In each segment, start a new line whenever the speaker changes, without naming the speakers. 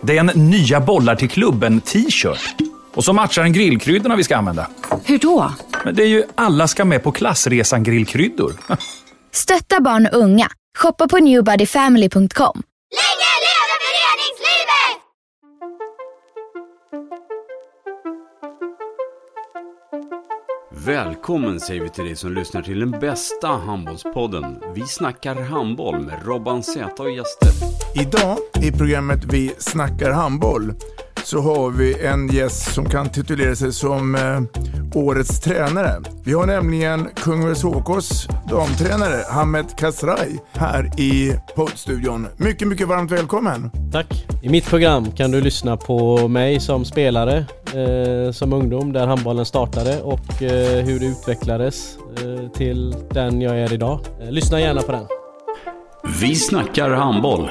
Det är en nya bollar till klubben-t-shirt. Och så matchar den grillkryddorna vi ska använda.
Hur då?
Men det är ju alla ska med på klassresan grillkryddor.
Stötta barn och unga. Shoppa på newbodyfamily.com.
Länge leve föreningslivet!
Välkommen säger vi till dig som lyssnar till den bästa handbollspodden. Vi snackar handboll med Robban Z och gäster.
Idag i programmet Vi snackar handboll så har vi en gäst som kan titulera sig som eh, årets tränare. Vi har nämligen Kungälvs HKs damtränare Hamed Kasraj här i poddstudion. Mycket, mycket varmt välkommen!
Tack! I mitt program kan du lyssna på mig som spelare, eh, som ungdom, där handbollen startade och eh, hur det utvecklades eh, till den jag är idag. Eh, lyssna gärna på den.
Vi snackar handboll.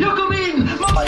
Jag kom in! Mamma,